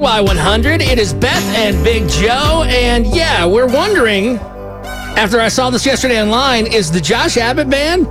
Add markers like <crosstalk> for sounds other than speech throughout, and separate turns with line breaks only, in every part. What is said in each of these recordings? Y100. It is Beth and Big Joe. And yeah, we're wondering after I saw this yesterday online is the Josh Abbott ban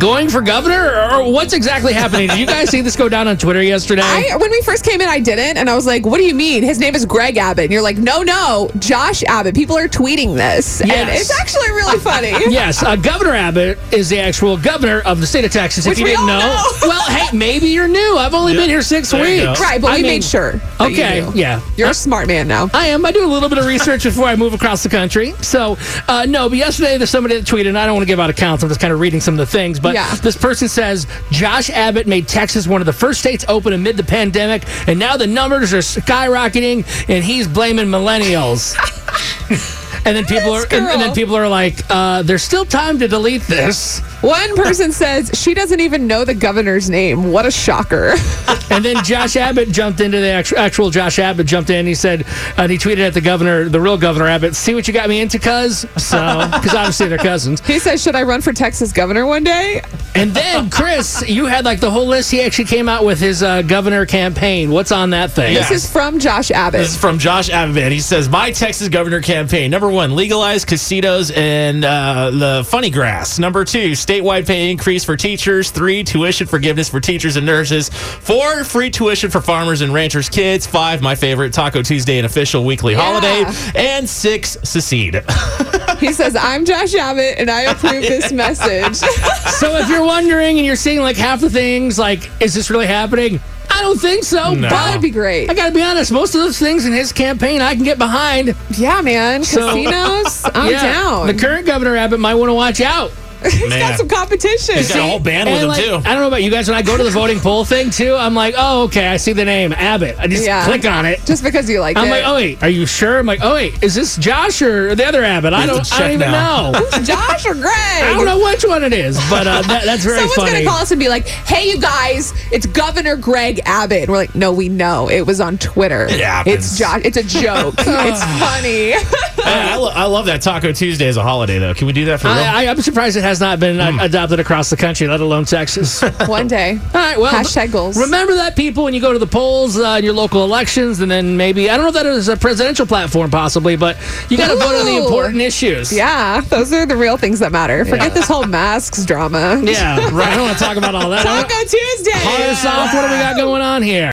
going for governor or what's exactly happening? Did you guys see this go down on Twitter yesterday?
I, when we first came in, I didn't, and I was like, "What do you mean? His name is Greg Abbott." And you're like, "No, no, Josh Abbott." People are tweeting this, and
Yes.
it's
<laughs>
actually really funny.
Yes, uh, Governor Abbott is the actual governor of the state of Texas.
Which
if you
we
didn't know,
all know.
well, hey, maybe you're new. I've only been here six
There you
weeks.
go.
Right, but
I
we
mean,
made sure. that you
Okay,
knew.
yeah.
You're a smart man now.
I am. I do a little bit of research before I move across the country. So, uh, no, but yesterday there's somebody that tweeted, and I don't want to give out accounts. I'm just kind of reading some of the things. But
Yeah.
this person says Josh Abbott made Texas one of the first states open amid the pandemic, and now the numbers are skyrocketing, and he's blaming
<laughs>
millennials. And then people
This
are, and, and then
girl.
people are like, uh, "There's still time to delete this."
One person says she doesn't even know the governor's name. What
<laughs>
a shocker!
And then Josh Abbott jumped into the actual, actual Josh Abbott jumped in. He said, and he tweeted at the governor, the real governor Abbott, see what you got me into, cuz. So, <laughs> because obviously they're cousins.
He says, "Should I run for Texas governor one day?"
And then, Chris, you had like the whole list. He actually came out with his uh, governor campaign. What's on that thing?
Yeah.
This is from Josh Abbott.
<laughs>
This is from Josh Abbott. He says, "My Texas governor campaign: number one, legalize casinos and uh, the funny grass. Number two, statewide pay increase for teachers. Three, tuition forgiveness for teachers and nurses. Four, free tuition for farmers and ranchers' kids. Five, my favorite, Taco Tuesday, an official weekly holiday. And six, secede. <laughs>
He says, "I'm Josh Abbott, and I
<laughs>
approve this message." <laughs>
So if you're wondering and you're seeing like half the things, like, is this really happening? I don't think so.
No.
that would
But
be great.
I got to be honest, most of those things in his campaign I can get behind.
Yeah, man.
So-
Casinos, I'm down.
The current governor Abbott might want to watch out.
<laughs> He's
Man.
got some competition.
He's got a whole band with
And,
him
like,
too.
I don't know about you guys. When I go to the voting poll thing too, I'm like, oh, okay, I see the name Abbott. I just
Yeah.
click on it.
Just because you like
I'm
it.
like, oh wait, are you sure? I'm like, oh wait, is this Josh or the other Abbott? I
You have
don't,
to
I don't
check
even
now.
know.
Josh or Greg?
I don't know which one it is, but uh, that, that's very
Someone's
funny.
gonna call us and be like, "Hey, you guys, it's Governor Greg Abbott." And we're like, "No, we know. It was on Twitter.
It happens.
it's Josh. It's
<laughs>
a joke. it's funny."
Man, I, lo- I love that Taco Tuesday as a holiday though. Can we do that for real? Hmm.
I, I, I'm surprised it has not been uh, adopted across the country, let alone Texas. All
One day,
right, well,
Hashtag goals.
Remember that, people, when you go to the polls uh, in your local elections, and then maybe I don't know if that is a presidential platform, possibly, but you got to vote on the
Ooh.
important issues.
yeah, those are the real things that matter. Forget this whole masks drama.
yeah, right. I don't want to talk about all that. I don't-
Taco Tuesday.
Hard and soft. What do we got going on here?